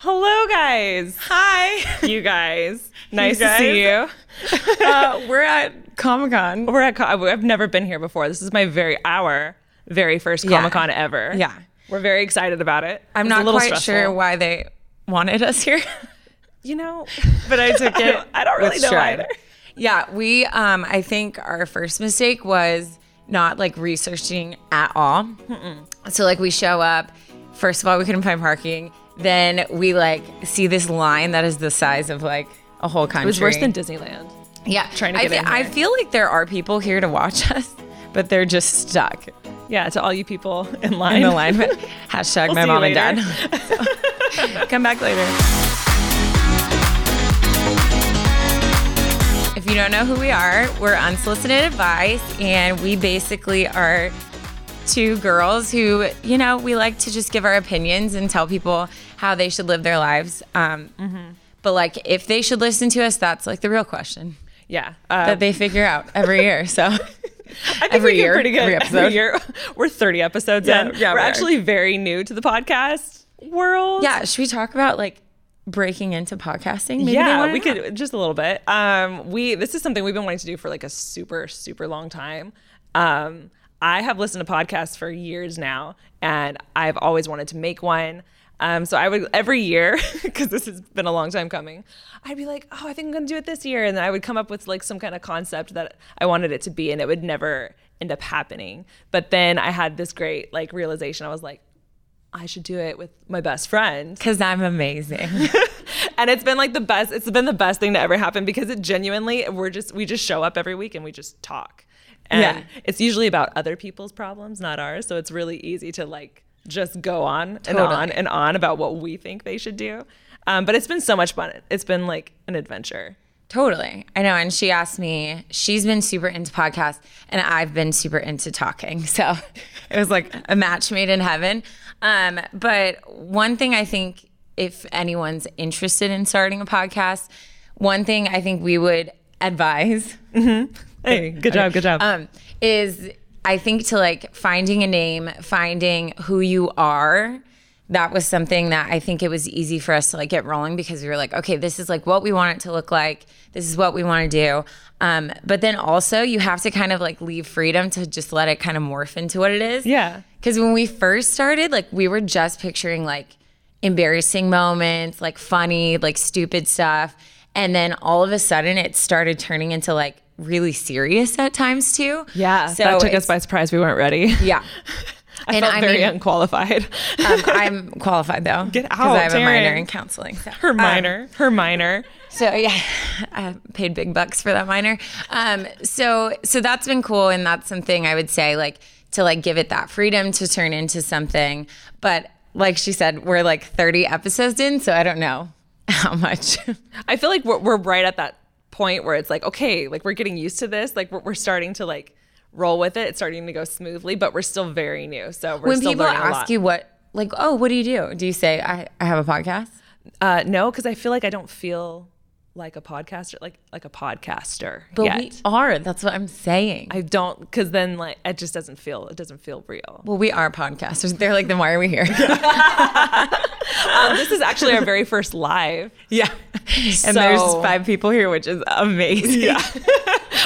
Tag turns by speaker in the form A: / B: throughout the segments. A: Hello, guys.
B: Hi.
A: You guys. Nice
B: guys.
A: to see you.
B: Uh, we're at Comic Con.
A: We're at. Co- I've never been here before. This is my very our very first Comic Con ever.
B: Yeah.
A: We're very excited about it.
B: I'm
A: It's a
B: not
A: little
B: quite
A: stressful.
B: sure why they wanted us here,
A: You know,
B: but I took
A: I
B: it.
A: don't- I don't really
B: with
A: know
B: stride.
A: either.
B: Yeah, we. Um, I think our first mistake was not like researching at all. So like we show up. First of all, we couldn't find parking. Then we like see this line that is the size of like a whole country.
A: it was worse than Disneyland.
B: yeah.
A: trying to
B: I
A: get
B: fe-
A: in
B: I
A: here.
B: feel like there are people here to watch us, but they're just stuck.
A: Yeah, to all you people in line.
B: in the line. But hashtag
A: We'll
B: my
A: see you
B: mom and
A: later.
B: dad. Come back later. If you don't know who we are, we're unsolicited advice, and we basically are two girls who, you know, we like to just give our opinions and tell people how they should live their lives. Um,
A: Mm-hmm.
B: But like, if they should listen to us, that's like the real question
A: Yeah. Uh,
B: that they figure out every year. So
A: I think
B: every
A: we get
B: year,
A: pretty good.
B: every episode.
A: year. We're 30 episodes
B: Yeah,
A: in.
B: yeah,
A: we're
B: we are.
A: actually very new to the podcast world.
B: Yeah, should we talk about like breaking into podcasting? Maybe they
A: yeah,
B: wanna
A: we
B: know.
A: could just a little bit. Um, we this is something we've been wanting to do for like a super super long time. Um, I have listened to podcasts for years now, and I've always wanted to make one. Um, so I would every year because this has been a long time coming. I'd be like, oh, I think I'm gonna do it this year, and then I would come up with like some kind of concept that I wanted it to be, and it would never end up happening. But then I had this great like realization. I was like, I should do it with my best friend
B: Because I'm amazing.
A: and it's been like the best it's been the best thing to ever happen because it genuinely we're just we just show up every week and we just talk and
B: Yeah.
A: it's usually about other people's problems not ours so it's really easy to like just go on and
B: Totally.
A: on and on about what we think they should do um, but it's been so much fun it's been like an adventure
B: totally. I know. And she asked me, she's been super into podcasts, and I've been super into talking. So it was like a match made in heaven. Um, but one thing I think, if anyone's interested in starting a podcast, one thing I think we would advise
A: hey good job good job
B: um, is I think to like finding a name, finding who you are. That was something that I think it was easy for us to like get rolling because we were like, okay, this is like what we want it to look like. This is what we want to do. Um, but then also you have to kind of like leave freedom to just let it kind of morph into what it is.
A: Yeah.
B: Because when we first started, like we were just picturing like embarrassing moments, like funny, like stupid stuff. And then all of a sudden it started turning into like really serious at times too.
A: yeah so that took us
B: it's-
A: by surprise we weren't ready
B: Yeah.
A: i uh,
B: and
A: felt
B: I
A: very
B: mean-
A: unqualified
B: Um, I'm qualified though.
A: Get
B: Because I
A: out,
B: have a minor
A: Taryn.
B: in counseling. so.
A: her minor her minor
B: So yeah, I paid big bucks for that minor. Um, so so that's been cool, and that's something I would say like to like give it that freedom to turn into something. But like she said, we're like 30 episodes in, so I don't know how much.
A: I feel like we're, we're right at that point where it's like, okay, like we're getting used to this. Like we're, we're starting to like roll with it. It's starting to go smoothly, but we're still very new. So we're
B: when
A: still
B: people
A: learning a
B: ask
A: lot.
B: you what, like, oh, what do you do? Do you say I, I have a podcast?
A: uh, no, because I feel like I don't feel like a podcaster, like like a podcaster
B: But
A: yet.
B: we are. That's what I'm saying.
A: I don't, because then like it just doesn't feel it doesn't feel real.
B: well, we are podcasters. They're like, then why are we here?
A: Um, this is actually our very first live.
B: yeah. And there's
A: So-
B: five people here, which is amazing. Yeah.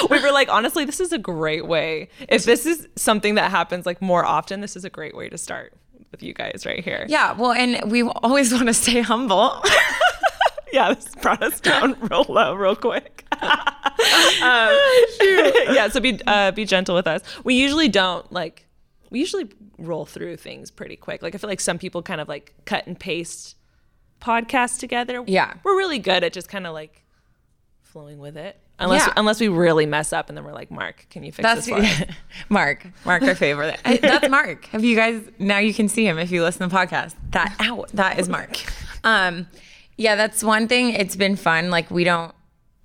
A: We were like, honestly, this is a great way. If this is something that happens like more often, this is a great way to start with you guys right here.
B: Yeah, well, and we always want to stay humble.
A: yeah, this brought us down real low, real quick. um,
B: Oh,
A: yeah, so be uh, be gentle with us. We usually don't like. We usually roll through things pretty quick. Like I feel like some people kind of like cut and paste podcasts together.
B: Yeah.
A: we're really good at just kind of like flowing with it. Unless
B: Yeah.
A: unless we really mess up, and then we're like, Mark, can you fix
B: That's
A: this? For us?
B: Mark. Mark, our favorite. I- That's Mark. Have you guys now? You can see him if you listen to the podcast. That ow, that is Mark. Um, yeah, that's one thing. It's been fun. Like we don't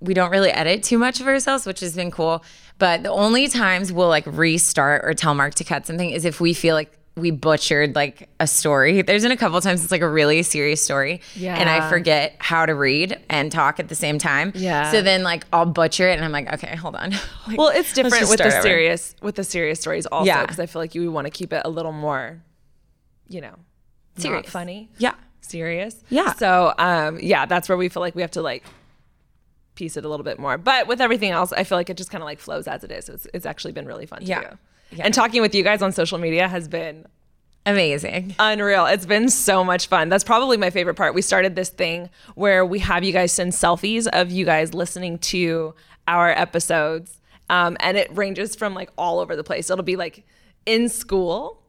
B: we don't really edit too much of ourselves, which has been cool. But the only times we'll like restart or tell Mark to cut something is if we feel like we butchered like a story. There's been a couple times it's like a really serious story, and I
A: Yeah.
B: forget how to read and talk at the same time.
A: Yeah.
B: So then like I'll butcher it, and I'm like, okay, hold on. Like,
A: Well, it's
B: let's just
A: different with the
B: start over.
A: serious with the serious stories also
B: Yeah.
A: because I feel like you want to keep it a little more, you know,
B: Serious.
A: not funny,
B: Yeah.
A: serious.
B: Yeah.
A: So, um, yeah, that's where we feel like we have to like piece it a little bit more. But with everything else, I feel like it just kind of like flows as it is. It's, it's actually been really fun
B: Yeah.
A: to do. And talking with you guys on social media has been
B: Amazing.
A: unreal. It's been so much fun. That's probably my favorite part. We started this thing where we have you guys send selfies of you guys listening to our episodes. Um, and it ranges from like all over the place. It'll be like in school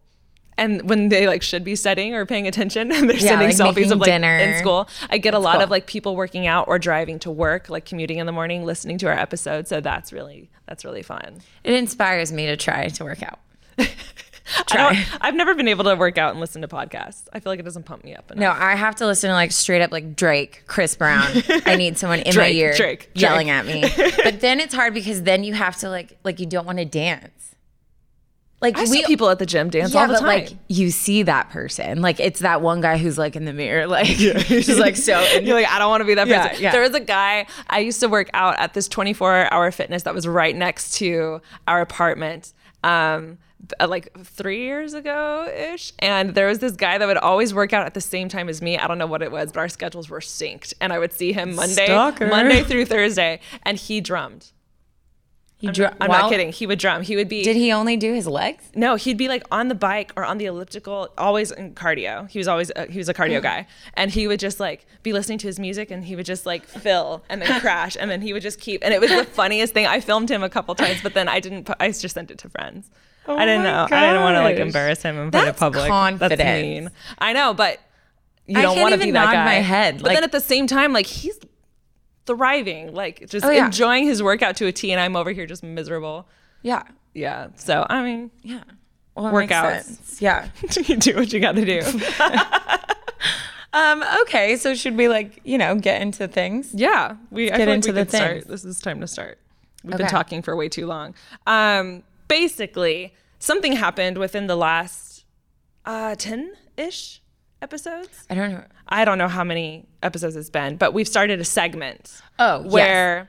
A: and when they like should be studying or paying attention and they're sending
B: like
A: selfies
B: making
A: of like
B: dinner.
A: in school. I get a lot of
B: cool.
A: like people working out or driving to work, like commuting in the morning, listening to our episode. So that's really that's really fun.
B: It inspires me to try to work out.
A: I don't, I've never been able to work out and listen to podcasts. I feel like it doesn't pump me up enough.
B: No, I have to listen to like straight up like Drake, Chris Brown. I need someone in my
A: Drake,
B: ear
A: Drake, Drake.
B: yelling at me. But then it's hard because then you have to like like you don't want to dance. Like
A: I see people at the gym dance
B: yeah,
A: all the
B: but
A: time.
B: like you see that person. Like it's that one guy who's like in the mirror, like she's like so.
A: you're like, I don't want to be that
B: Yeah,
A: person.
B: yeah.
A: There was a guy I used to work out at this 24 hour fitness that was right next to our apartment. Um, th- like three years ago ish. And there was this guy that would always work out at the same time as me. I don't know what it was, but our schedules were synced. And I would see him Monday,
B: Stalker.
A: Monday through Thursday, and he drummed.
B: You dr-
A: I'm
B: wow.
A: not kidding. He would drum. He would be
B: Did he only do his legs?
A: No, he'd be like on the bike or on the elliptical, always in cardio. He was always uh, he was a
B: Mm.
A: cardio guy, and he would just like be listening to his music, and he would just like fill and then crash, and then he would just keep. And it was the funniest thing. I filmed him a couple times, but then I didn't. Put, I just sent it to friends. I didn't
B: Oh my
A: know. I didn't want to like
B: gosh.
A: embarrass him and put it
B: That's
A: public.
B: confidence.
A: That's mean. I know, but you
B: I
A: don't
B: can't
A: want to
B: even
A: be that
B: nod
A: guy.
B: my head,
A: But
B: like-
A: then at the same time, like he's thriving, like just
B: Oh, yeah.
A: enjoying his workout to a T, and I'm over here just miserable.
B: Yeah,
A: Yeah. So I mean.
B: yeah. Well, it
A: makes
B: workouts.
A: sense.
B: Yeah.
A: you do what you got to do.
B: Um. Okay. So should we like you know get into things?
A: yeah, we I
B: get
A: feel
B: into
A: like we
B: the
A: could start.
B: things.
A: This is time to start. We've
B: Okay.
A: been talking for way too long. Um, basically, something happened within the last uh, ten ish episodes.
B: I don't know.
A: I don't know how many episodes it's been, but we've started a segment.
B: Oh, yes.
A: where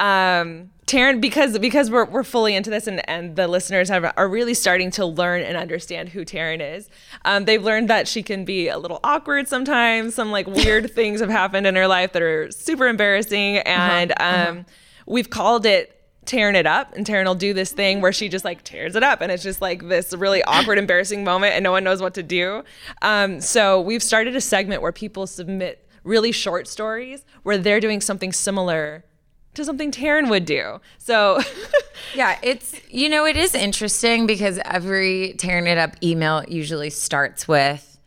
A: um Taryn because because we're we're fully into this and and the listeners have are really starting to learn and understand who Taryn is. Um, they've learned that she can be a little awkward sometimes. Some like weird things have happened in her life that are super embarrassing, and um, we've called it. Tearing it up, and Taryn will do this thing where she just like tears it up, and it's just like this really awkward, embarrassing moment, and no one knows what to do. Um, so we've started a segment where people submit really short stories where they're doing something similar to something Taryn would do. So
B: Yeah, it's you know it is interesting because every tearing it up email usually starts with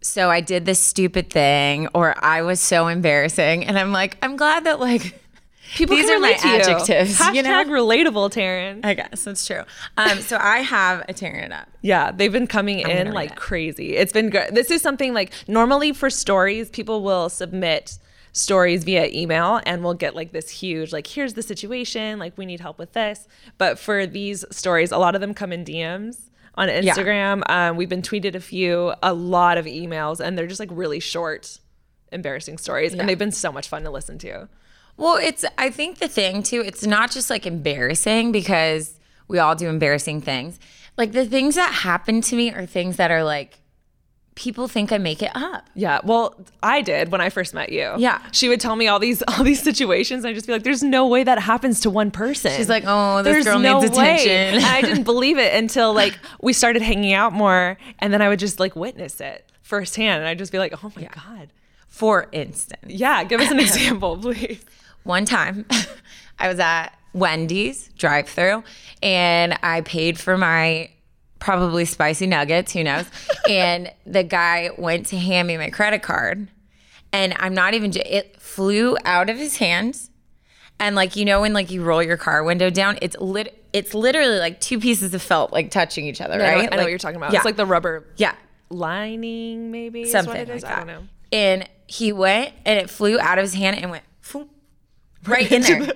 B: so I did this stupid thing or I was so embarrassing and I'm like I'm glad that like
A: people
B: These
A: can
B: are my
A: relate to you. Uh,
B: adjectives,
A: Hashtag
B: you know?
A: relatable, Taryn.
B: I guess that's true. Um so I have a tearing it up.
A: Yeah, they've been coming in
B: read
A: like
B: it.
A: crazy. It's been good. This is something like normally for stories, people will submit stories via email and we'll get like this huge like here's the situation like we need help with this but for these stories a lot of them come in dms on instagram um, we've been tweeted a few a lot of emails and they're just like really short embarrassing stories and they've been so much fun to listen to
B: Well, it's I think the thing too, it's not just like embarrassing because we all do embarrassing things. Like the things that happen to me are things that are like people think I make it up.
A: Yeah, well, I did when I first met you.
B: Yeah.
A: she would tell me all these all these situations, and I would just be like, "There's no way that happens to one person."
B: She's like, "Oh, this
A: There's
B: girl
A: no
B: needs
A: way."
B: attention.
A: And I didn't believe it until like we started hanging out more, and then I would just like witness it firsthand, and I'd just be like, "Oh my god,
B: For instance,
A: yeah." Give us an example, please.
B: one time I was at Wendy's drive through and I paid for my probably spicy nuggets, who knows? and the guy went to hand me my credit card and I'm not even j- it flew out of his hand. And like you know when like you roll your car window down, it's lit it's literally like two pieces of felt like touching each other,
A: I know,
B: right?
A: I know
B: Like-
A: what you're talking about.
B: Yeah.
A: It's like the rubber
B: Yeah
A: lining, maybe is
B: something
A: what it is.
B: like that.
A: I don't know.
B: And he went and it flew out of his hand and went phoom, right in there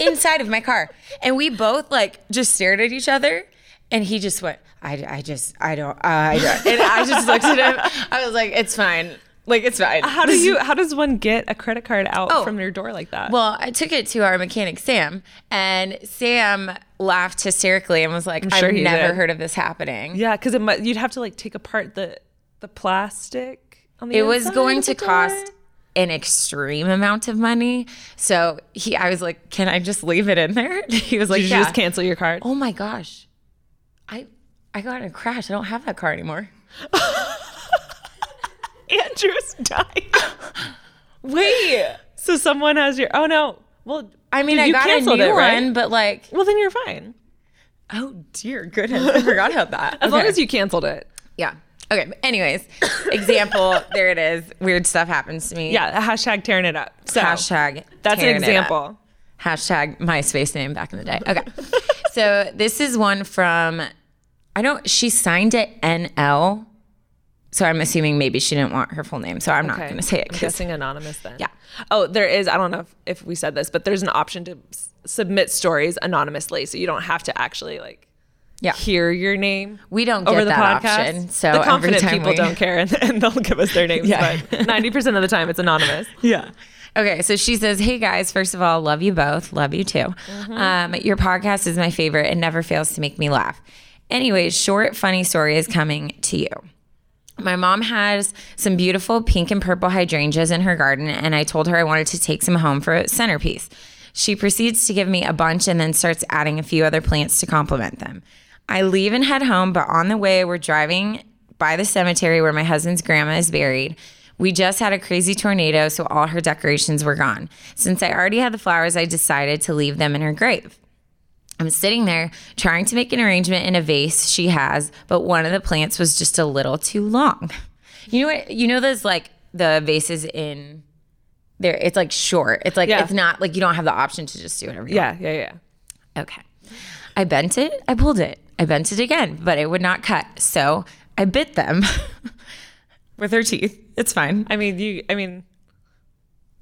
B: inside of my car. And we both like just stared at each other. And he just went, I, I just, I don't, uh, I don't. And I just looked at him. I was like, it's fine. Like, it's fine.
A: How do you? How does one get a credit card out
B: Oh.
A: from your door like that?
B: Well, I took it to our mechanic, Sam, and Sam laughed hysterically and was like,
A: sure
B: I've
A: he
B: never
A: did.
B: heard of this happening.
A: yeah, because you'd have to like take apart the the plastic on the.
B: It was
A: inside
B: going
A: of
B: to
A: the
B: cost
A: door.
B: an extreme amount of money. So he, I was like, can I just leave it in there? He was like,
A: Did you
B: yeah.
A: just cancel your card?
B: oh my gosh i i got in a crash i don't have that car anymore
A: Andrew's dying. Wait. So someone has your. Oh no. Well,
B: i mean
A: you
B: i got a new
A: canceled it, right?
B: one but like
A: Well, then you're fine.
B: oh dear goodness i forgot about that
A: As long as you canceled it.
B: yeah okay but anyways example there it is weird stuff happens to me
A: Yeah. Hashtag tearing it up. So
B: hashtag
A: That's an
B: tearing it up.
A: example.
B: hashtag myspace name back in the day okay so this is one from i don't she signed it nl so i'm assuming maybe she didn't want her full name so i'm not
A: Okay.
B: going to say it
A: I'm
B: 'cause-
A: guessing anonymous then.
B: Yeah.
A: Oh, there is. I don't know if, if we said this, but there's an option to s- submit stories anonymously, so you don't have to actually like
B: Yeah.
A: hear your name.
B: We don't
A: over
B: get
A: the
B: that
A: podcast.
B: option, so
A: the
B: every
A: confident
B: time
A: people
B: we-
A: don't care, and, and they'll give us their names.
B: Yeah.
A: But ninety percent of the time, it's anonymous.
B: Yeah. Okay, so she says, "Hey guys, first of all, love you both. Love you too. Um, your podcast is my favorite. It never fails to make me laugh. Anyways, short funny story is coming to you. My mom has some beautiful pink and purple hydrangeas in her garden, and I told her I wanted to take some home for a centerpiece. She proceeds to give me a bunch and then starts adding a few other plants to complement them. I leave and head home, but on the way, we're driving by the cemetery where my husband's grandma is buried. We just had a crazy tornado, so all her decorations were gone. Since I already had the flowers, I decided to leave them in her grave. I'm sitting there trying to make an arrangement in a vase she has, but one of the plants was just a little too long. You know what? You know those like the vases in there. It's like short. It's like
A: Yeah.
B: it's not like you don't have the option to just do whatever. You
A: Yeah, yeah, yeah.
B: Okay. I bent it, I pulled it, I bent it again, but it would not cut. So I bit them with her teeth. It's fine.
A: I mean, you. I mean,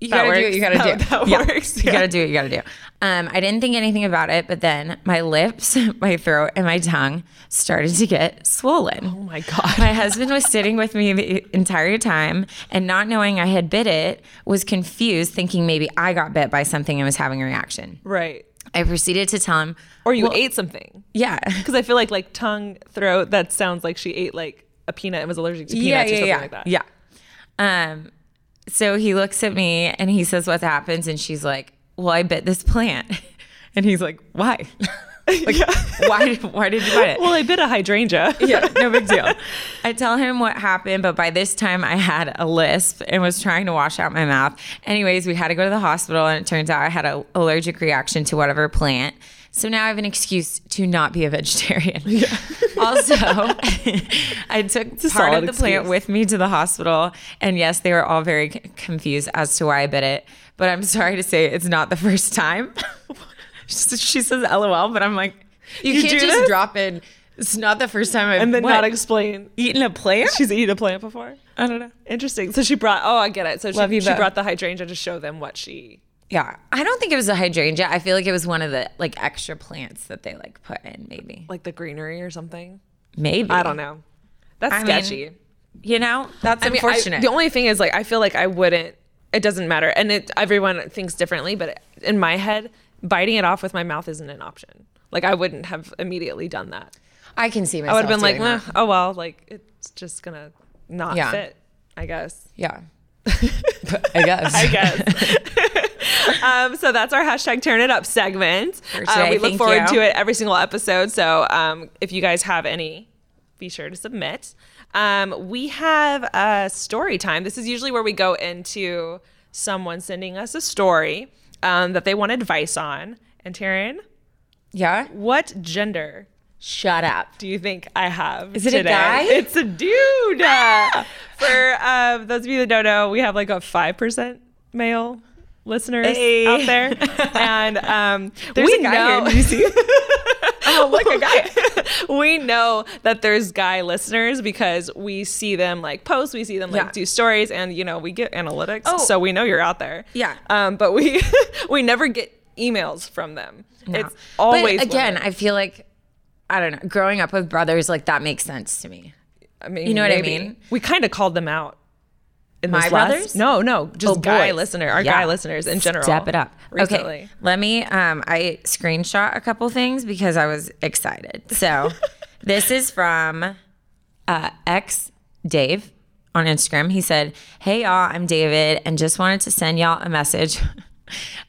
B: You
A: That
B: gotta do
A: works.
B: what you gotta
A: That-
B: do.
A: that works.
B: You
A: Yeah.
B: gotta do what you gotta do. Um, I didn't think anything about it, but then my lips, my throat, and my tongue started to get swollen.
A: oh my god.
B: My husband was sitting with me the entire time and not knowing I had bit it, was confused, thinking maybe I got bit by something and was having a reaction.
A: right.
B: I proceeded to tell him,
A: Or you ate something.
B: yeah.
A: Because I feel like like tongue, throat. That sounds like she ate like a peanut and was allergic to peanuts or something
B: yeah.
A: like that.
B: Yeah. Um, so he looks at me and he says, What happens? And she's like, Well, I bit this plant. And he's like, Why? like, why, why did you bite it?
A: Well, I bit a hydrangea.
B: yeah, no big deal. I tell him what happened, but by this time I had a lisp and was trying to wash out my mouth. Anyways, we had to go to the hospital, and it turns out I had an allergic reaction to whatever plant. So now I have an excuse to not be a vegetarian. also, I took part of
A: solid
B: the plant
A: excuse.
B: with me to the hospital, and yes, they were all very c- confused as to why I bit it. But I'm sorry to say, it's not the first time. she says LOL, but I'm like, you,
A: You
B: can't
A: do
B: just
A: this?
B: drop in. It's not the first time I've
A: and then
B: what?
A: not explain.
B: eaten a plant.
A: She's eaten a plant before.
B: I don't know.
A: Interesting. So she brought. Oh, I get it. So
B: Love
A: she,
B: you
A: she
B: both.
A: brought the hydrangea to show them what she.
B: Yeah, I don't think it was a hydrangea. I feel like it was one of the like extra plants that they like put in. Maybe,
A: like the greenery or something.
B: maybe
A: I don't know. That's
B: I mean,
A: sketchy.
B: You know, that's
A: I mean, I-
B: unfortunate.
A: the only thing is, like, I feel like I wouldn't. It doesn't matter, and it everyone thinks differently. But in my head, biting it off with my mouth isn't an option. Like, I wouldn't have immediately done that.
B: I can see myself.
A: I would have been like,
B: doing that.
A: "Meh, oh well, like it's just gonna not
B: Yeah.
A: fit, I guess.
B: yeah, I guess.
A: I guess. um, so that's our hashtag turn it up segment.
B: today,
A: Um, we
B: thank
A: look forward
B: you.
A: to it every single episode. So um, if you guys have any, be sure to submit. Um, we have a story time. This is usually where we go into someone sending us a story um, that they want advice on. And Taryn,
B: Yeah.
A: what gender
B: Shut up.
A: do you think I have?
B: Is it a
A: today?
B: guy?
A: It's a dude. Uh, For um, those of you that don't know, we have like a five percent male listeners
B: Hey.
A: out there, and um,
B: There's
A: we
B: a guy
A: know
B: here. Did you see?
A: oh, look, a guy. we know that there's guy listeners because we see them like post, we see them like
B: Yeah.
A: do stories, and you know we get analytics,
B: Oh.
A: so we know you're out there.
B: Yeah.
A: Um, but we we never get emails from them. It's always
B: but again,
A: women.
B: I feel like I don't know. Growing up with brothers, like that makes sense to me.
A: I mean,
B: you know what I
A: maybe.
B: mean?
A: We kind of called them out. In
B: My
A: this last-
B: brothers?
A: No, no, just
B: Oh,
A: guy
B: boys.
A: listener, our
B: Yeah.
A: guy listeners in general.
B: Step it up.
A: Recently.
B: Okay, let me. Um, I screenshot a couple things because I was excited. So this is from uh, ex Dave on Instagram. He said, "Hey y'all, I'm David, and just wanted to send y'all a message."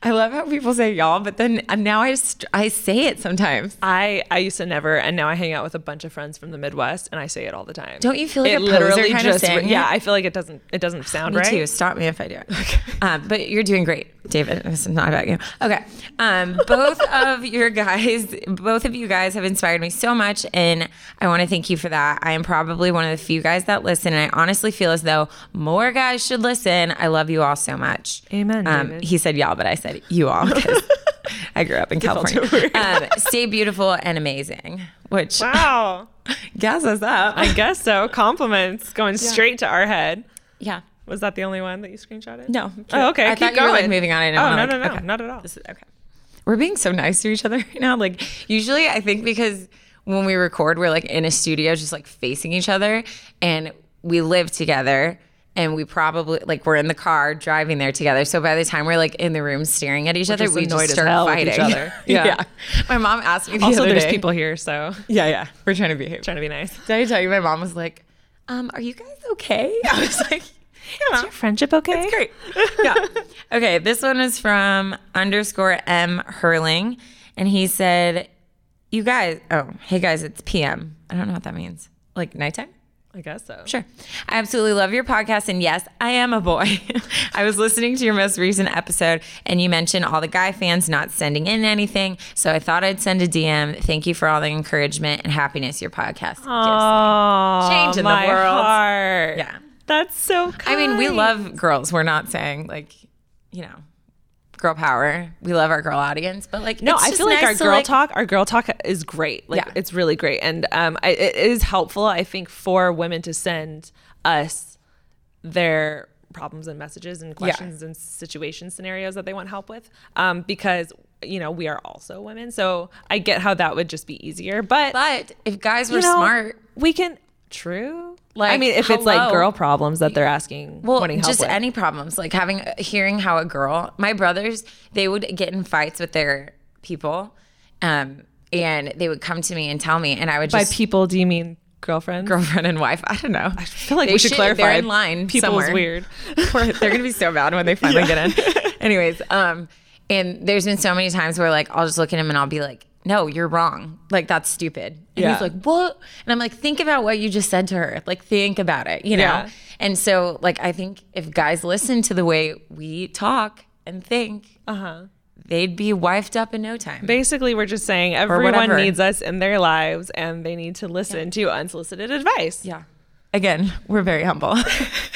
B: I love how people say y'all, but then uh, now I st- I say it sometimes.
A: I I used to never, and now I hang out with a bunch of friends from the Midwest, and I say it all the time.
B: Don't you feel like a poser kind of saying
A: Yeah,
B: it?
A: I feel like it doesn't it doesn't sound
B: Me
A: right.
B: too. Stop me if I do it. Um, but you're doing great, David. This is not about you. Okay. Um, both of your guys, both of you guys have inspired me so much, and I want to thank you for that. I am probably one of the few guys that listen, and I honestly feel as though more guys should listen. I love you all so much.
A: Amen,
B: Um,
A: David.
B: he said y'all, but I said you all because I grew up in
A: felt
B: California.
A: so
B: Um, stay beautiful and amazing, which
A: Wow.
B: gas us up.
A: I guess so. Compliments going straight to our head.
B: yeah.
A: Was that the only one that you screenshotted?
B: No.
A: Oh, okay.
B: I
A: keep
B: thought you
A: going.
B: were, like, moving on. I didn't
A: oh
B: wanna,
A: no
B: like-
A: no no,
B: okay.
A: not at all.
B: This is okay. We're being so nice to each other right now. Like usually I think because when we record, we're like in a studio just like facing each other and we live together and we probably like we're in the car driving there together. So by the time we're like in the room staring at each other,
A: just
B: we
A: annoyed as
B: just start
A: hell with
B: fighting
A: each other. Yeah.
B: My mom asked me the
A: also,
B: other
A: there's
B: day-
A: people here, so
B: Yeah, yeah. We're trying to behave.
A: trying to be nice.
B: Did I tell you my mom was like, um, are you guys okay? I was like, yeah.
A: friendship okay?
B: It's great. Yeah. okay. This one is from underscore M Hurling. And he said, You guys, oh, hey guys, it's PM. I don't know what that means. Like nighttime?
A: I guess so.
B: Sure. I absolutely love your podcast. And yes, I am a boy. I was listening to your most recent episode and you mentioned all the guy fans not sending in anything. So I thought I'd send a DM. Thank you for all the encouragement and happiness your podcast gives.
A: Aw,
B: Change in the
A: my
B: world.
A: Heart.
B: Yeah.
A: That's so kind.
B: I mean, we love girls. We're not saying like, you know, girl power. We love our girl audience, but like,
A: No,
B: it's
A: I
B: just
A: feel like
B: nice
A: our
B: to,
A: girl
B: like-
A: talk, our girl talk is great. Like
B: Yeah.
A: it's really great, and um, I, it is helpful, I think, for women to send us their problems and messages and questions and situation scenarios that they want help with, um, because you know we are also women, so I get how that would just be easier. But,
B: But if guys were
A: you know,
B: smart,
A: we can. True. Like I
B: Like,
A: mean, if it's like
B: hello.
A: girl problems that they're asking,
B: well,
A: wanting help
B: just
A: with.
B: any problems, like having, hearing how a girl, my brothers, they would get in fights with their people, um, and they would come to me and tell me, and I would
A: by
B: just
A: people, do you mean girlfriends?
B: girlfriend and wife. I don't know. I
A: feel like we should clarify.
B: They're in line
A: People
B: somewhere.
A: is weird.
B: They're gonna be so mad when they finally get in. Anyways, um, and there's been so many times where like I'll just look at him and I'll be like, "No, you're wrong. Like that's stupid." And
A: Yeah.
B: he's like, "What?" And I'm like, "Think about what you just said to her. Like think about it. You know."
A: Yeah.
B: And so like I think if guys listen to the way we talk and think, uh
A: Uh-huh.
B: huh, they'd be wifed up in no time.
A: basically we're just saying everyone
B: whatever.
A: needs us in their lives and they need to listen to unsolicited advice
B: Yeah. Again, we're very humble.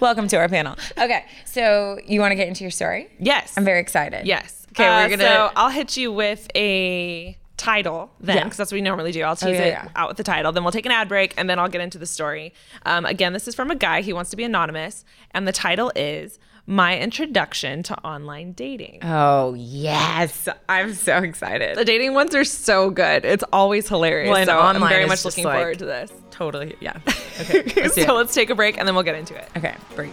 B: Welcome to our panel. Okay, so you want to get into your story?
A: yes
B: I'm very excited.
A: yes
B: Okay, we're
A: Uh,
B: gonna.
A: so i'll hit you with a title then
B: Yeah. Oh,
A: because that's what we normally do i'll tease
B: yeah,
A: it
B: yeah.
A: out with the title then we'll take an ad break and then i'll get into the story um, again this is from a guy he wants to be anonymous and the title is my introduction to online dating
B: oh yes, I'm so excited.
A: the dating ones are so good it's always hilarious
B: Well, and
A: so i'm
B: online
A: very
B: is
A: much
B: just
A: looking
B: like-
A: forward to this
B: Totally. Yeah. Okay. let's do
A: so
B: it.
A: let's take a break and then we'll get into it
B: Okay. Break.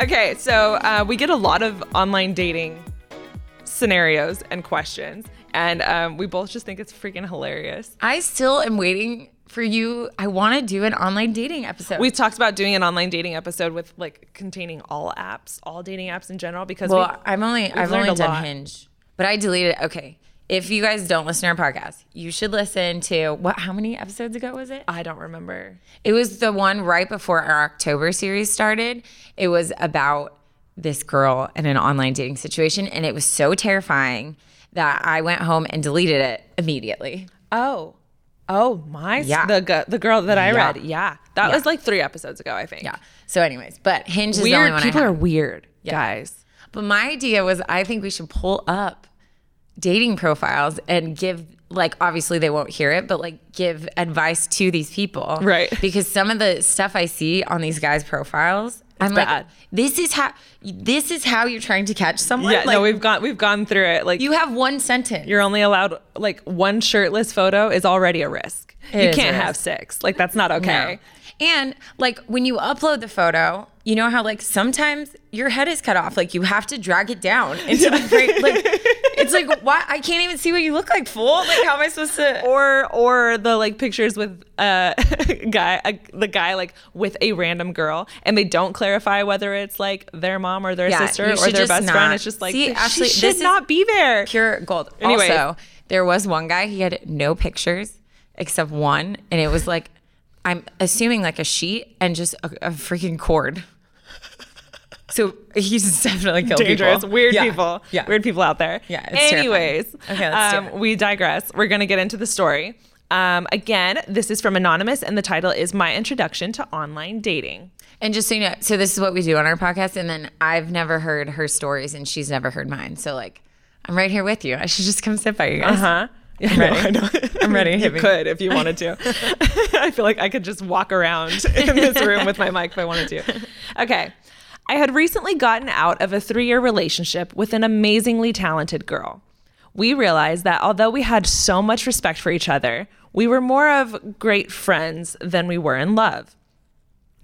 A: Okay, so uh, we get a lot of online dating scenarios and questions, and um, we both just think it's freaking hilarious.
B: I still am waiting for you, I want to do an online dating episode.
A: We talked about doing an online dating episode with like containing all apps, all dating apps in general, because we-
B: well, I've only I've
A: learned
B: only
A: a
B: done
A: lot.
B: Hinge, but I deleted. Okay, if you guys don't listen to our podcast, you should listen to what? How many episodes ago was it?
A: I don't remember.
B: It was the one right before our October series started. It was about this girl in an online dating situation, and it was so terrifying that I went home and deleted it immediately.
A: Oh, oh my!
B: Yeah.
A: the gu- the girl that I
B: Yeah.
A: read. Yeah, that was like three episodes ago, I think.
B: Yeah. So, anyways, but Hinge is the only
A: weird
B: one
A: people
B: I
A: are
B: have.
A: weird, guys.
B: But my idea was, I think we should pull up dating profiles and give like obviously they won't hear it but like give advice to these people
A: Right.
B: because some of the stuff i see on these guys profiles i'm
A: bad.
B: like this is how this is how you're trying to catch someone
A: Yeah,
B: like,
A: no, we've gone we've gone through it. Like
B: You have one sentence.
A: you're only allowed like one shirtless photo is already a risk.
B: It
A: you
B: is a
A: can't
B: risk.
A: have six. Like that's not okay.
B: And like when you upload the photo, you know how like sometimes your head is cut off. Like you have to drag it down into the frame. Like it's like why I can't even see what you look like, fool. Like how am I supposed to?
A: Or or the like pictures with uh guy a, the guy like with a random girl and they don't clarify whether it's like their mom or their
B: Yeah,
A: sister
B: you
A: or
B: should
A: their
B: just
A: best
B: not.
A: friend. It's just like
B: See,
A: she
B: Ashley,
A: should
B: this is
A: not be there.
B: Pure gold.
A: Anyways.
B: Also, there was one guy. He had no pictures except one, and it was like I'm assuming like a sheet and just a, a freaking cord. So he's definitely killed
A: dangerous,
B: people.
A: weird
B: Yeah.
A: people,
B: Yeah.
A: weird people out there.
B: Yeah, it's terrifying.
A: Anyways,
B: Okay, let's do
A: um,
B: it.
A: we digress. We're gonna get into the story. Um, again, this is from anonymous, and the title is "My Introduction to Online Dating."
B: And just so you know, so this is what we do on our podcast. And then I've never heard her stories and she's never heard mine. So, like, I'm right here with you. I should just come sit by you guys.
A: Huh?
B: I'm ready. I know. I'm ready. Hit
A: You
B: me.
A: could if you wanted to. I feel like I could just walk around in this room with my mic if I wanted to. Okay. I had recently gotten out of a three year relationship with an amazingly talented girl. We realized that although we had so much respect for each other, we were more of great friends than we were in love.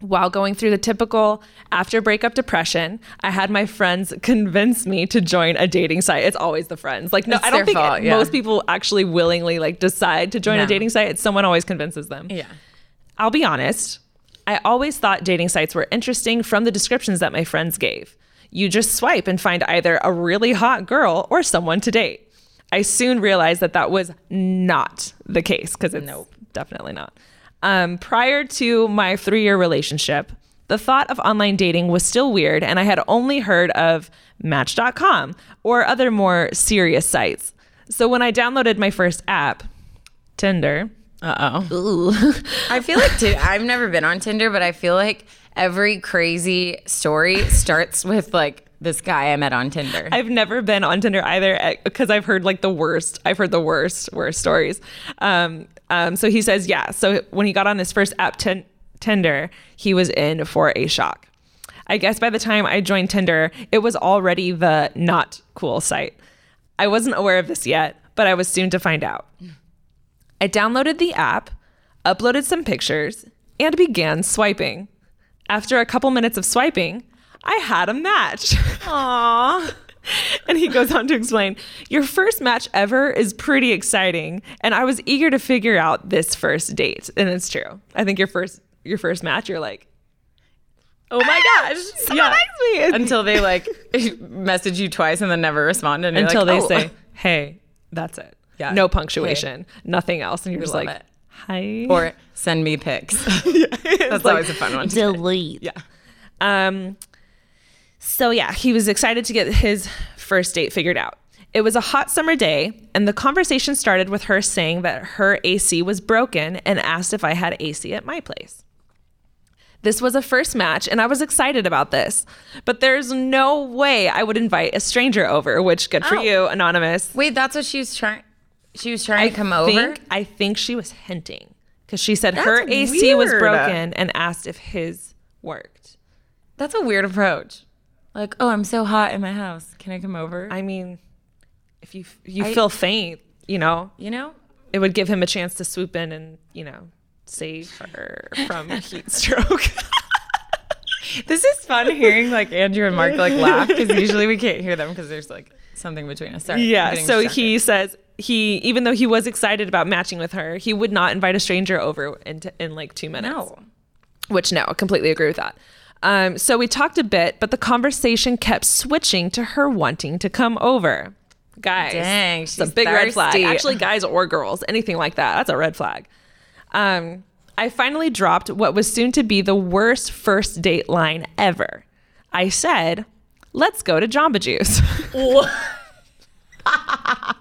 A: While going through the typical after breakup depression, I had my friends convince me to join a dating site. It's always the friends. Like, no,
B: It's
A: I don't
B: their
A: think
B: fault, yeah.
A: most people actually willingly like decide to join
B: No.
A: a dating site. It's someone always convinces them.
B: Yeah.
A: I'll be honest. I always thought dating sites were interesting from the descriptions that my friends gave. You just swipe and find either a really hot girl or someone to date. I soon realized that that was not the case because it's definitely not. Um, prior to my three year relationship, the thought of online dating was still weird, and I had only heard of Match.com or other more serious sites. So when I downloaded my first app, Tinder,
B: Uh oh. I feel like, dude, I've never been on Tinder, but I feel like every crazy story starts with, like, this guy I met on Tinder.
A: I've never been on Tinder either because I've heard like the worst. I've heard the worst, worst stories. Um, um, so he says, yeah. So when he got on his first app, ten- Tinder, he was in for a shock. I guess by the time I joined Tinder, it was already the not cool site. I wasn't aware of this yet, but I was soon to find out. I downloaded the app, uploaded some pictures, and began swiping. After a couple minutes of swiping, I had a match. Aww. and he goes on to explain Your first match ever is pretty exciting, and I was eager to figure out this first date. And it's true. I think your first your first match, you're like, Oh my gosh, someone
B: Yeah.
A: likes me.
B: Until they, like, message you twice and then never respond. And you're
A: until
B: like,
A: they
B: "Oh."
A: say, Hey, that's it.
B: Yeah.
A: No punctuation, nothing else. And you're just
B: love
A: like,
B: it.
A: Hi.
B: or send me pics. That's always a fun one.
C: Delete.
A: Um, so yeah, he was excited to get his first date figured out. It was a hot summer day, and the conversation started with her saying that her AC was broken and asked if I had AC at my place. This was a first match, and I was excited about this, but there's no way I would invite a stranger over, which good for
B: Oh.
A: you, Anonymous.
B: Wait, that's what she was trying. She was trying to come over.
A: Think, I think she was hinting because she said
B: That's
A: her AC was
B: weird.
A: broken and asked if his worked.
B: That's a weird approach. Like, oh, I'm so hot in my house. Can I come over?
A: I mean, if you you
B: I-
A: feel faint, you know,
B: you know,
A: it would give him a chance to swoop in and you know save her from heat stroke.
B: this is fun hearing like Andrew and Mark like laugh because usually we can't hear them because there's like something between us. Sorry. I'm
A: yeah.
B: getting
A: So
B: distracted.
A: he says he even though he was excited about matching with her, he would not invite a stranger over in, t- in like two minutes.
B: No.
A: Which, no, I completely agree with that. Um, so we talked a bit, but the conversation kept switching to her wanting to come over. Guys,
B: Dang,
A: it's a
B: she's
A: big red flag.
B: thirsty.
A: Actually, guys or girls, anything like that, that's a red flag. Um, I finally dropped what was soon to be the worst first date line ever. I said, "Let's go to Jamba Juice."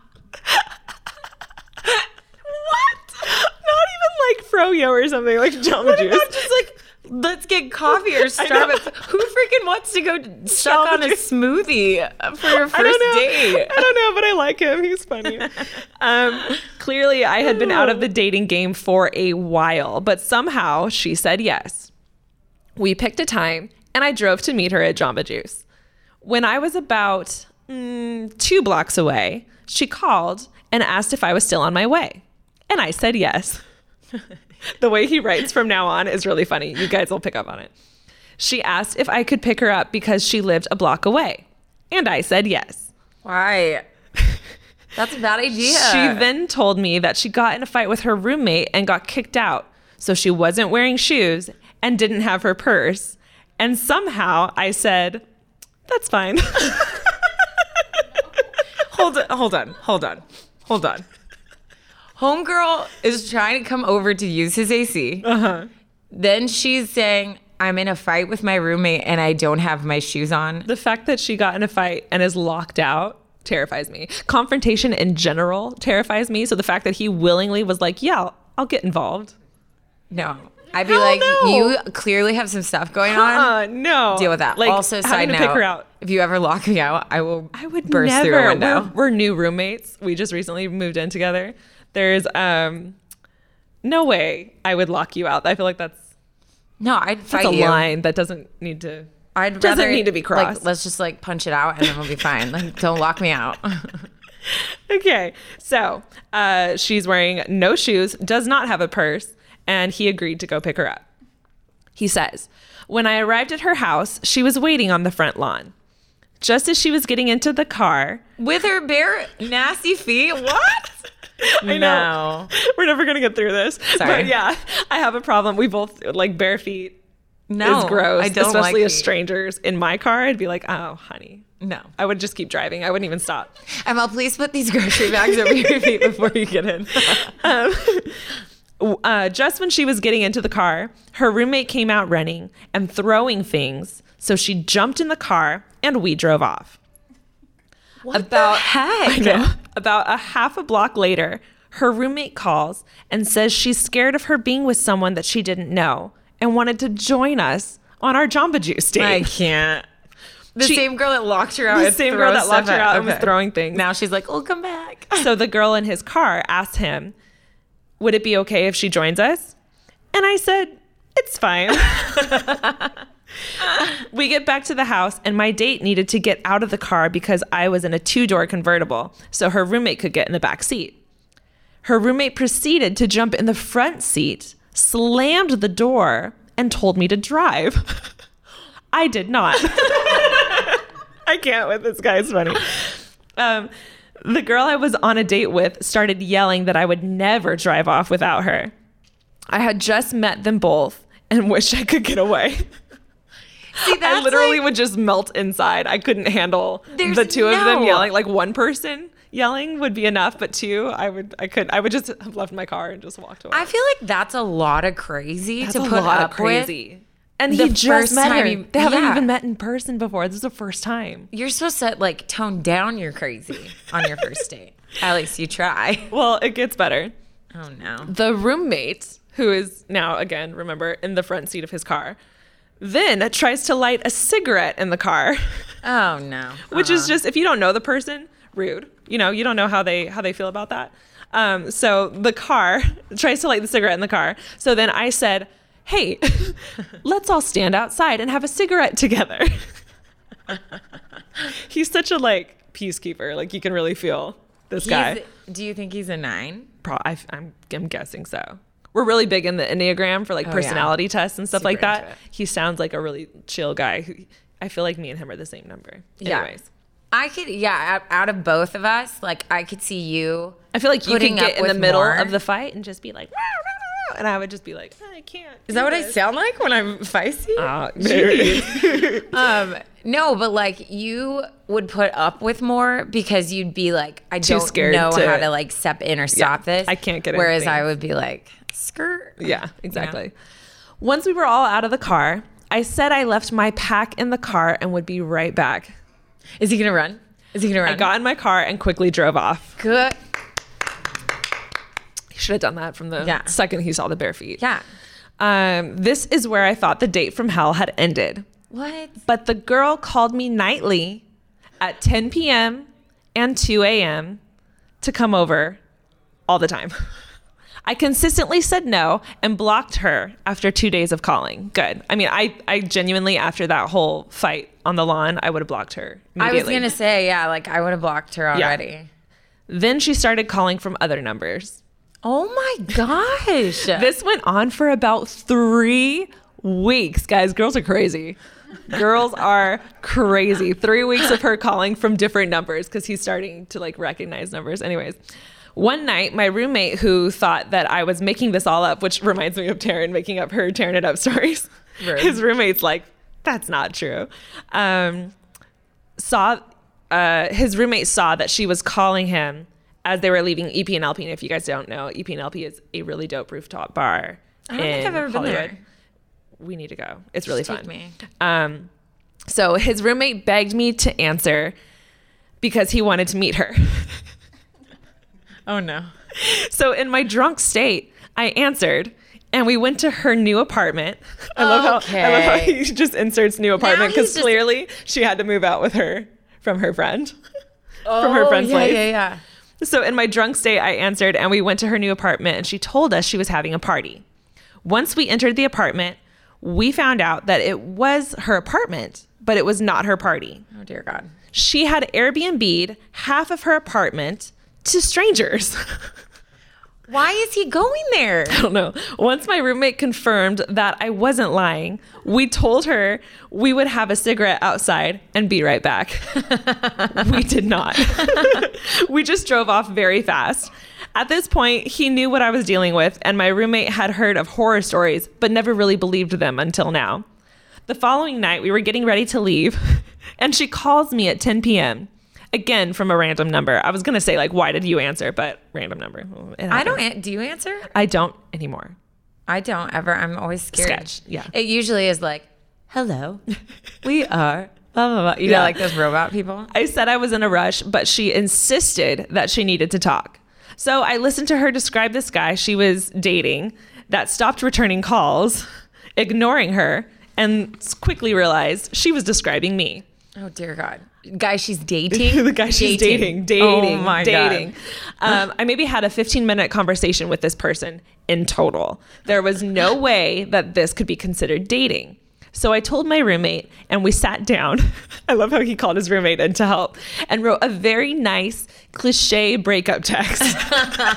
A: Not even like froyo or something like Jamba Juice.
B: Not just like let's get coffee or Starbucks. Who freaking wants to go suck on a smoothie for your
A: I don't
B: first
A: know.
B: date?
A: I don't know, but I like him. He's funny. um, clearly, I had been out of the dating game for a while, but somehow she said yes. We picked a time, and I drove to meet her at Jamba Juice. When I was about mm, two blocks away, she called and asked if I was still on my way, and I said yes. the way he writes from now on is really funny. You guys will pick up on it. She asked if I could pick her up because she lived a block away. And I said yes.
B: Why? That's a bad idea.
A: She then told me that she got in a fight with her roommate and got kicked out. So she wasn't wearing shoes and didn't have her purse. And somehow I said, that's fine.
B: hold on, hold on, hold on, hold on. Homegirl is trying to come over to use his AC. Uh huh.
A: Uh-huh.
B: Then she's saying, "I'm in a fight with my roommate and I don't have my shoes on."
A: the fact that she got in a fight and is locked out terrifies me. Confrontation in general terrifies me. So the fact that he willingly was like, yeah, I'll, I'll get involved.
B: No, I'd be
A: Hell
B: like,
A: no.
B: "You clearly have some stuff going on."
A: Uh, no.
B: deal with that.
A: Like,
B: also,
A: having
B: side
A: to
B: note,
A: pick her out.
B: if you ever lock me out, I will
A: I would
B: burst
A: never.
B: through a window.
A: We're, we're new roommates. We just recently moved in together. There's um, no way I would lock you out. I feel like that's,
B: No, I'd fight
A: that's a
B: you.
A: line that doesn't need to.
B: I'd
A: Doesn't
B: rather,
A: need to be crossed.
B: Like, let's just like punch it out and then we'll be fine. Like, don't lock me out.
A: Okay, so uh, she's wearing no shoes, does not have a purse, and he agreed to go pick her up. He says, When I arrived at her house, she was waiting on the front lawn. Just as she was getting into the car,
B: With her bare nasty feet, what?
A: I know. We're never gonna get through this.
B: Sorry.
A: But yeah, I have a problem. We both like bare feet
B: No,
A: is gross,
B: I don't
A: especially
B: like
A: as
B: feet.
A: strangers. In my car, I'd be like, "Oh, honey."
B: No,
A: I would just keep driving. I wouldn't even stop.
B: Emma, please put these grocery bags over your feet before you get in.
A: Uh, just when she was getting into the car, her roommate came out running and throwing things. So she jumped in the car and we drove off. What about
B: heck?
A: I know. About a half a block later, her roommate calls and says she's scared of her being with someone that she didn't know and wanted to join us on our Jamba Juice date.
B: I can't. The
A: She-
B: same girl that locked her out.
A: The
B: and
A: same
B: throws
A: girl that locked
B: stuff
A: her out and was
B: Okay.
A: throwing things.
B: Now she's like, "Oh, come back."
A: So the girl in his car asked him, Would it be okay if she joins us? And I said, It's fine. we get back to the house, and my date needed to get out of the car because I was in a two door convertible, so her roommate could get in the back seat. Her roommate proceeded to jump in the front seat, slammed the door, and told me to drive. I did not. I can't with this guy. It's funny. Um, the girl I was on a date with started yelling that I would never drive off without her. I had just met them both and wished I could get away.
B: See,
A: I literally would just melt inside. I couldn't handle
B: There's
A: the two of them
B: no-
A: yelling. Like one person yelling would be enough, but two, I would, I could, I would just have left my car and just walked away.
B: I feel like that's a lot of crazy
A: That's
B: to put up with.
A: And
B: the
A: he just
B: first
A: met
B: time
A: her.
B: you-
A: they haven't
B: yeah.
A: even met in person before. This is the first time.
B: You're supposed to like tone down your crazy on your first date. At least you try.
A: Well, it gets better.
B: Oh no.
A: the roommate, who is now again, remember, in the front seat of his car, then tries to light a cigarette in the car,
B: Oh no.
A: which is just if you don't know the person, rude. You know, you don't know how they how they feel about that. Um, so the car tries to light the cigarette in the car. So then I said, "Hey, let's all stand outside and have a cigarette together." He's such a like peacekeeper. Like you can really feel this guy.
B: He's- do you think he's a nine?
A: pro- I, am I'm guessing so. We're really big in the Enneagram for like
B: Oh, yeah.
A: personality tests and stuff like
B: Super into
A: that.
B: it.
A: He sounds like a really chill guy. Who, I feel like me and him are the same number.
B: Yeah.
A: Anyways,
B: I could, yeah, out, out of both of us, like I could see you.
A: I feel like you
B: putting
A: can
B: up
A: get in the
B: with
A: middle
B: more.
A: of the fight and just be like, "Rah, rah, rah," and I would just be like, I can't.
B: Is that what I sound like when I'm feisty? Um, Uh, no, but like you would put up with more because you'd be like, I
A: Too
B: don't
A: scared
B: know
A: to-
B: how to like step in or stop this.
A: I can't get
B: Whereas
A: anything.
B: I would be like, skirt.
A: Yeah, exactly. Once we were all out of the car, I said I left my pack in the car and would be right back.
B: Is he gonna run? Is he gonna run?
A: I got in my car and quickly drove off.
B: good.
A: He should have done that from the
B: Yeah.
A: second he saw the bare feet.
B: Yeah.
A: Um, this is where I thought the date from hell had ended.
B: What?
A: But the girl called me nightly at 10 p.m. and 2 a.m. to come over all the time. I consistently said no and blocked her after two days of calling. Good. I mean, I, I genuinely, after that whole fight on the lawn, I would have blocked her.
B: I was
A: Immediately.
B: gonna say, yeah, like I would have blocked her already.
A: Then she started calling from other numbers.
B: Oh my gosh.
A: This went on for about three weeks. Guys, girls are crazy. girls are crazy. Three weeks of her calling from different numbers because he's starting to like recognize numbers. Anyways, one night, my roommate who thought that I was making this all up, which reminds me of Taryn making up her Taryn It Up stories,
B: Rude.
A: his roommate's like, that's not true. Um, saw uh, his roommate saw that she was calling him as they were leaving EP and LP. And if you guys don't know, EP and LP is a really dope rooftop bar.
B: I don't think I've ever been there.
A: We need to go. It's really
B: Take
A: fun.
B: me.
A: Um, so his roommate begged me to answer because he wanted to meet her.
B: Oh no.
A: So in my drunk state, I answered. And we went to her new apartment. I love how I love how
B: Okay.
A: he just inserts new apartment
B: he's
A: because
B: just-
A: clearly she had to move out with her from her friend. from her friend's
B: Oh, yeah,
A: place.
B: Yeah, yeah.
A: So in my drunk state, I answered, and we went to her new apartment, and she told us she was having a party. Once we entered the apartment, we found out that it was her apartment, but it was not her party.
B: Oh dear God.
A: She had Airbnb'd half of her apartment to strangers.
B: Why is he going there?
A: I don't know. Once my roommate confirmed that I wasn't lying, we told her we would have a cigarette outside and be right back. we did not. we just drove off very fast. At this point, he knew what I was dealing with, and my roommate had heard of horror stories, but never really believed them until now. The following night, we were getting ready to leave, and she calls me at 10 p.m. Again, from a random number. I was gonna say, like, why did you answer? But random number. It
B: I don't.
A: happens.
B: an- Do you answer?
A: I don't anymore.
B: I don't ever. I'm always scared.
A: Sketch, yeah.
B: It usually is like, hello, we are, blah, blah, blah. You
A: Yeah.
B: know, like those robot people.
A: I said I was in a rush, but she insisted that she needed to talk. So I listened to her describe this guy she was dating that stopped returning calls, ignoring her, and s- quickly realized she was describing me.
B: Oh, dear God. Guy she's dating?
A: the guy she's dating,
B: Oh,
A: dating,
B: my
A: dating.
B: God.
A: Um, I maybe had a 15 minute conversation with this person in total. There was no way that this could be considered dating. So I told my roommate, and we sat down. I love how he called his roommate in to help and wrote a very nice cliche breakup text.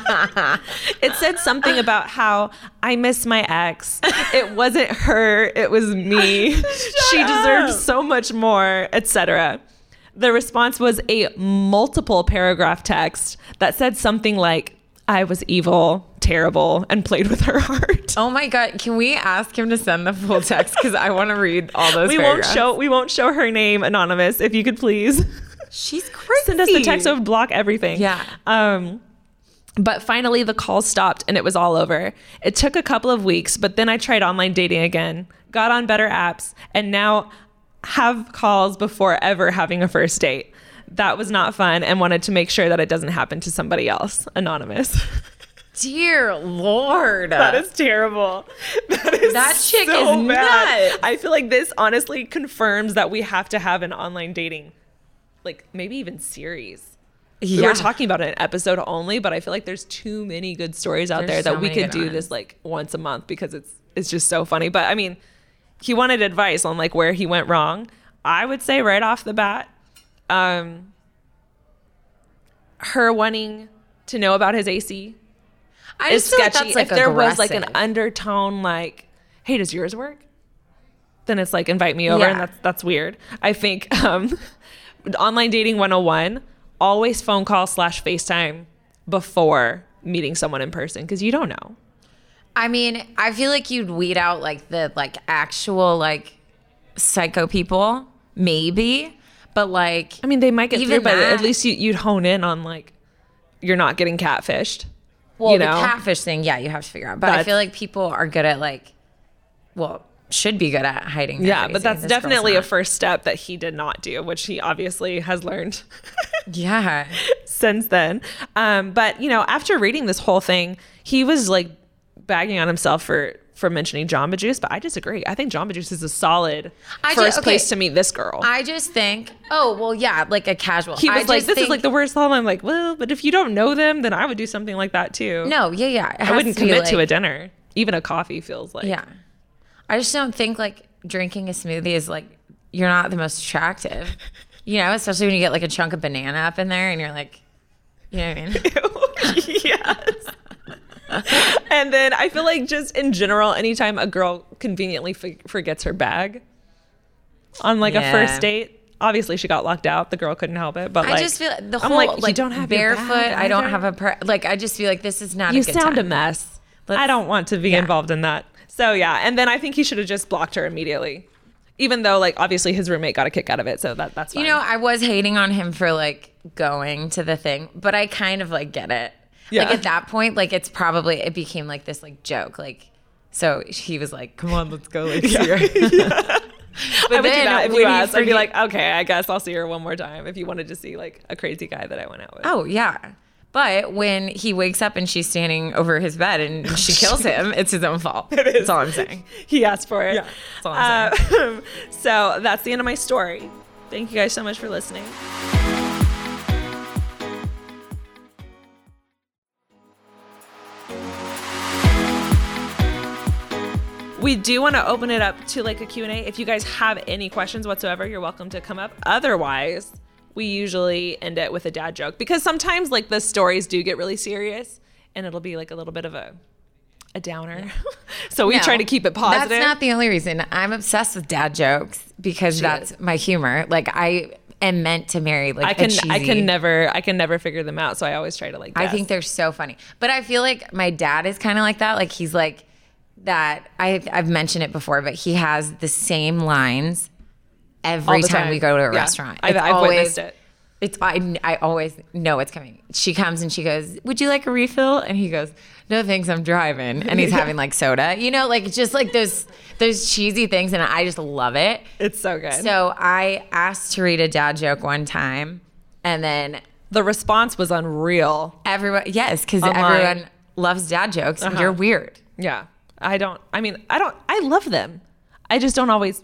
A: it said something about how I miss my ex. It wasn't her, it was me. she deserved so much more, etc. The response was a multiple paragraph text that said something like, I was evil, terrible, and played with her heart.
B: Oh, my God. Can we ask him to send the full text? Because I want to read all those
A: we
B: paragraphs.
A: won't show we won't show her name anonymous if you could please
B: She's crazy.
A: send us the text I would block everything.
B: Yeah.
A: Um but finally the call stopped and it was all over. It took a couple of weeks, but then I tried online dating again, got on better apps, and now have calls before ever having a first date. That was not fun and wanted to make sure that it doesn't happen to somebody else. Anonymous.
B: Dear Lord.
A: That is terrible. That is
B: That chick
A: so
B: is
A: bad.
B: nuts.
A: I feel like this honestly confirms that we have to have an online dating, like maybe even series. We
B: Yeah.
A: were talking about an episode only, but I feel like there's too many good stories out
B: There's
A: there
B: so
A: that we
B: many
A: could
B: good
A: do this like once a month because it's it's just so funny. But I mean, he wanted advice on like where he went wrong. I would say right off the bat, um, her wanting to know about his AC
B: I
A: is
B: just feel like
A: sketchy.
B: that's like
A: if there was like an
B: aggressive.
A: undertone, like, "Hey, does yours work?" Then it's like invite me over,
B: Yeah.
A: and that's that's weird. I think um, online dating 101 always phone call slash FaceTime before meeting someone in person because you don't know.
B: I mean, I feel like you'd weed out like the like actual like psycho people, maybe, but like
A: I mean, they might get
B: Even
A: through, but
B: that-
A: at least you, you'd hone in on like you're not getting catfished.
B: well,
A: you
B: the
A: know?
B: catfish thing, yeah, you have to figure out. But I
A: That's-
B: feel like people are good at like, well, should be good at hiding. their
A: yeah,
B: crazy.
A: but that's
B: This girl's
A: definitely a
B: not.
A: first step that he did not do, which he obviously has learned
B: yeah.
A: since then. Um, but you know, after reading this whole thing, he was like bagging on himself for for mentioning Jamba Juice, but I disagree. I think Jamba Juice is a solid
B: I ju-
A: first
B: okay.
A: place to meet this girl.
B: I just think, oh well, yeah, like a casual.
A: he
B: I
A: was like,
B: just
A: "This is
B: think-
A: like the worst love." I'm like, "Well, but if you don't know them, then I would do something like that too."
B: no, yeah, yeah. it
A: I
B: has
A: wouldn't
B: to be,
A: commit to a
B: like-
A: dinner, even a coffee feels like.
B: Yeah, I just don't think like drinking a smoothie is like you're not the most attractive, you know, especially when you get like a chunk of banana up in there and you're like, you know what I mean?
A: yes. and then I feel like just in general, anytime a girl conveniently f- forgets her bag on like a
B: Yeah.
A: first date, obviously she got locked out. The girl couldn't help it. But
B: I
A: like,
B: just feel the
A: I'm
B: whole
A: like,
B: like,
A: you don't have your
B: barefoot.
A: bag
B: I don't
A: either.
B: have a pre- like. I just feel like this is not.
A: You
B: a good
A: sound a
B: time.
A: mess.
B: Let's-
A: I don't want to be
B: yeah.
A: involved in that. So yeah, and then I think he should have just blocked her immediately. Even though, like, obviously his roommate got a kick out of it, so that that's fine.
B: You know, I was hating on him for like going to the thing, but I kind of like get it.
A: Yeah.
B: Like at that point, like it's probably it became like this like joke. Like so he was like, Come on, let's go like see her. but
A: I would do that if
B: when
A: you
B: he
A: asked. I'd be
B: forget-
A: like, okay, I guess I'll see her one more time if you wanted to see like a crazy guy that I went out with.
B: Oh yeah. But when he wakes up and she's standing over his bed and she kills him, it's his own fault. That's all I'm saying.
A: he asked for it.
B: Yeah, that's all I'm
A: Uh, so that's the end of my story. Thank you guys so much for listening. We do want to open it up to like a Q&A. If you guys have any questions whatsoever, you're welcome to come up. Otherwise, we usually end it with a dad joke because sometimes like the stories do get really serious and it'll be like a little bit of a a downer. so we try
B: No.
A: to keep it positive.
B: That's not the only reason. I'm obsessed with dad jokes because that's my humor. Like I am meant to marry like
A: I can
B: a cheesy.
A: I can never I can never figure them out. So I always try to like.
B: I
A: guess.
B: think they're so funny. But I feel like my dad is kind of like that. Like he's like that. I I've mentioned it before, but he has the same lines every
A: All the
B: time, we go to a
A: Yeah.
B: restaurant.
A: I've,
B: It's
A: I've
B: always-
A: witnessed it.
B: It's I I always know it's coming. She comes and she goes, "Would you like a refill?" And he goes, "No thanks, I'm driving." And he's having like soda, you know, like just like those those cheesy things, and I just love it.
A: It's so good.
B: So I asked to read a dad joke one time, and then
A: the response was unreal.
B: everyone yes, because
A: Online.
B: everyone loves dad jokes. and You're weird.
A: Yeah, I don't. I mean, I don't. I love them. I just don't always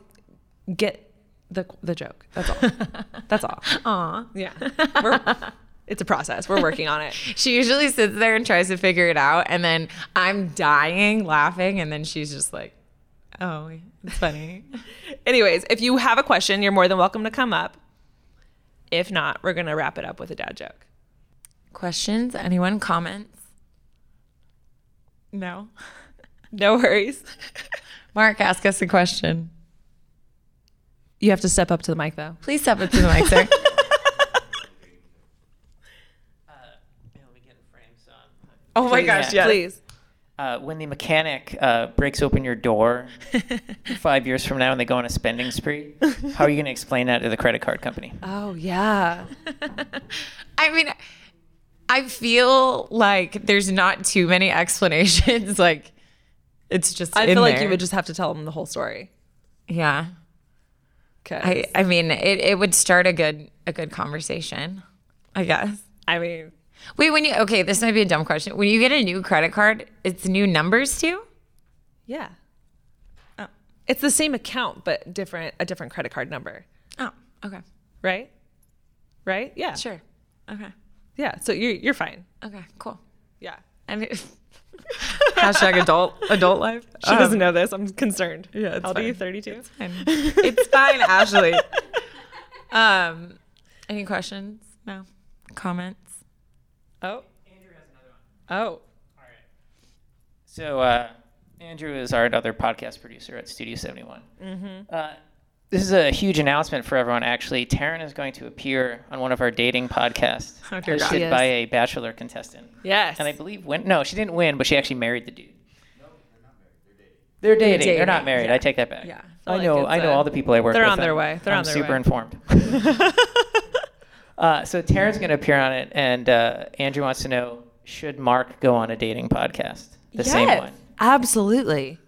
A: get the the joke. That's all. That's all. Aw. Yeah. We're, it's a process. We're working on it.
B: She usually sits there and tries to figure it out, and then I'm dying laughing, and then she's just like, "Oh, it's funny."
A: Anyways, if you have a question, you're more than welcome to come up. If not, we're gonna wrap it up with a dad joke.
B: Questions? Anyone? Comments? No.
A: No worries.
B: Mark, ask us a question.
A: You have to step up to the mic though.
B: Please step up to the mic, sir.
D: Let me get in frame, so I'm-
A: Oh my
B: Please,
A: gosh,
B: yeah.
A: please.
D: Uh, when the mechanic uh, breaks open your door five years from now and they go on a spending spree, how are you going to explain that to the credit card company?
A: Oh yeah.
B: I mean, I feel like there's not too many explanations. Like, it's just.
A: I
B: in
A: feel like you
B: there.
A: would just have to tell them the whole story.
B: Yeah.
A: Okay.
B: I. I mean, it, it would start a good a good conversation. I guess.
A: I mean,
B: Wait, when you okay, this might be a dumb question. When you get a new credit card, it's new numbers too.
A: yeah. Oh. It's the same account but different a different credit card number,
B: Oh, okay,
A: right? Right? Yeah.
B: sure, okay,
A: Yeah. So you're you're fine.
B: okay, cool.
A: Yeah.
B: I mean, hashtag adult adult life.
A: She doesn't know this. I'm concerned.
B: yeah, it's
A: How old are you?
B: fine.
A: 32.
B: it's fine, Ashley. Um, any questions? No comments.
A: Oh. Oh.
D: So, uh, Andrew is our other podcast producer at Studio 71. Mm-hmm. Uh, This is a huge announcement for everyone, actually. Taryn is going to appear on one of our dating podcasts,
B: Oh, dear God.
D: hosted by a Bachelor contestant.
A: Yes.
D: And I believe win. No, she didn't win, but she actually married the dude. No, they're not married. They're dating. They're
B: dating,
D: not married. I take that back.
B: Yeah.
D: I
A: like
D: know.
A: it's
D: I know
A: a-
D: all the people I work
A: they're
D: with.
A: on their
D: I'm-
A: way. They're
D: I'm
A: on their
D: super
A: way.
D: informed. uh, so Taryn's going to appear on it, and uh, Andrew wants to know: Should Mark go on a dating podcast? The same
B: Yes.
D: one.
A: Absolutely.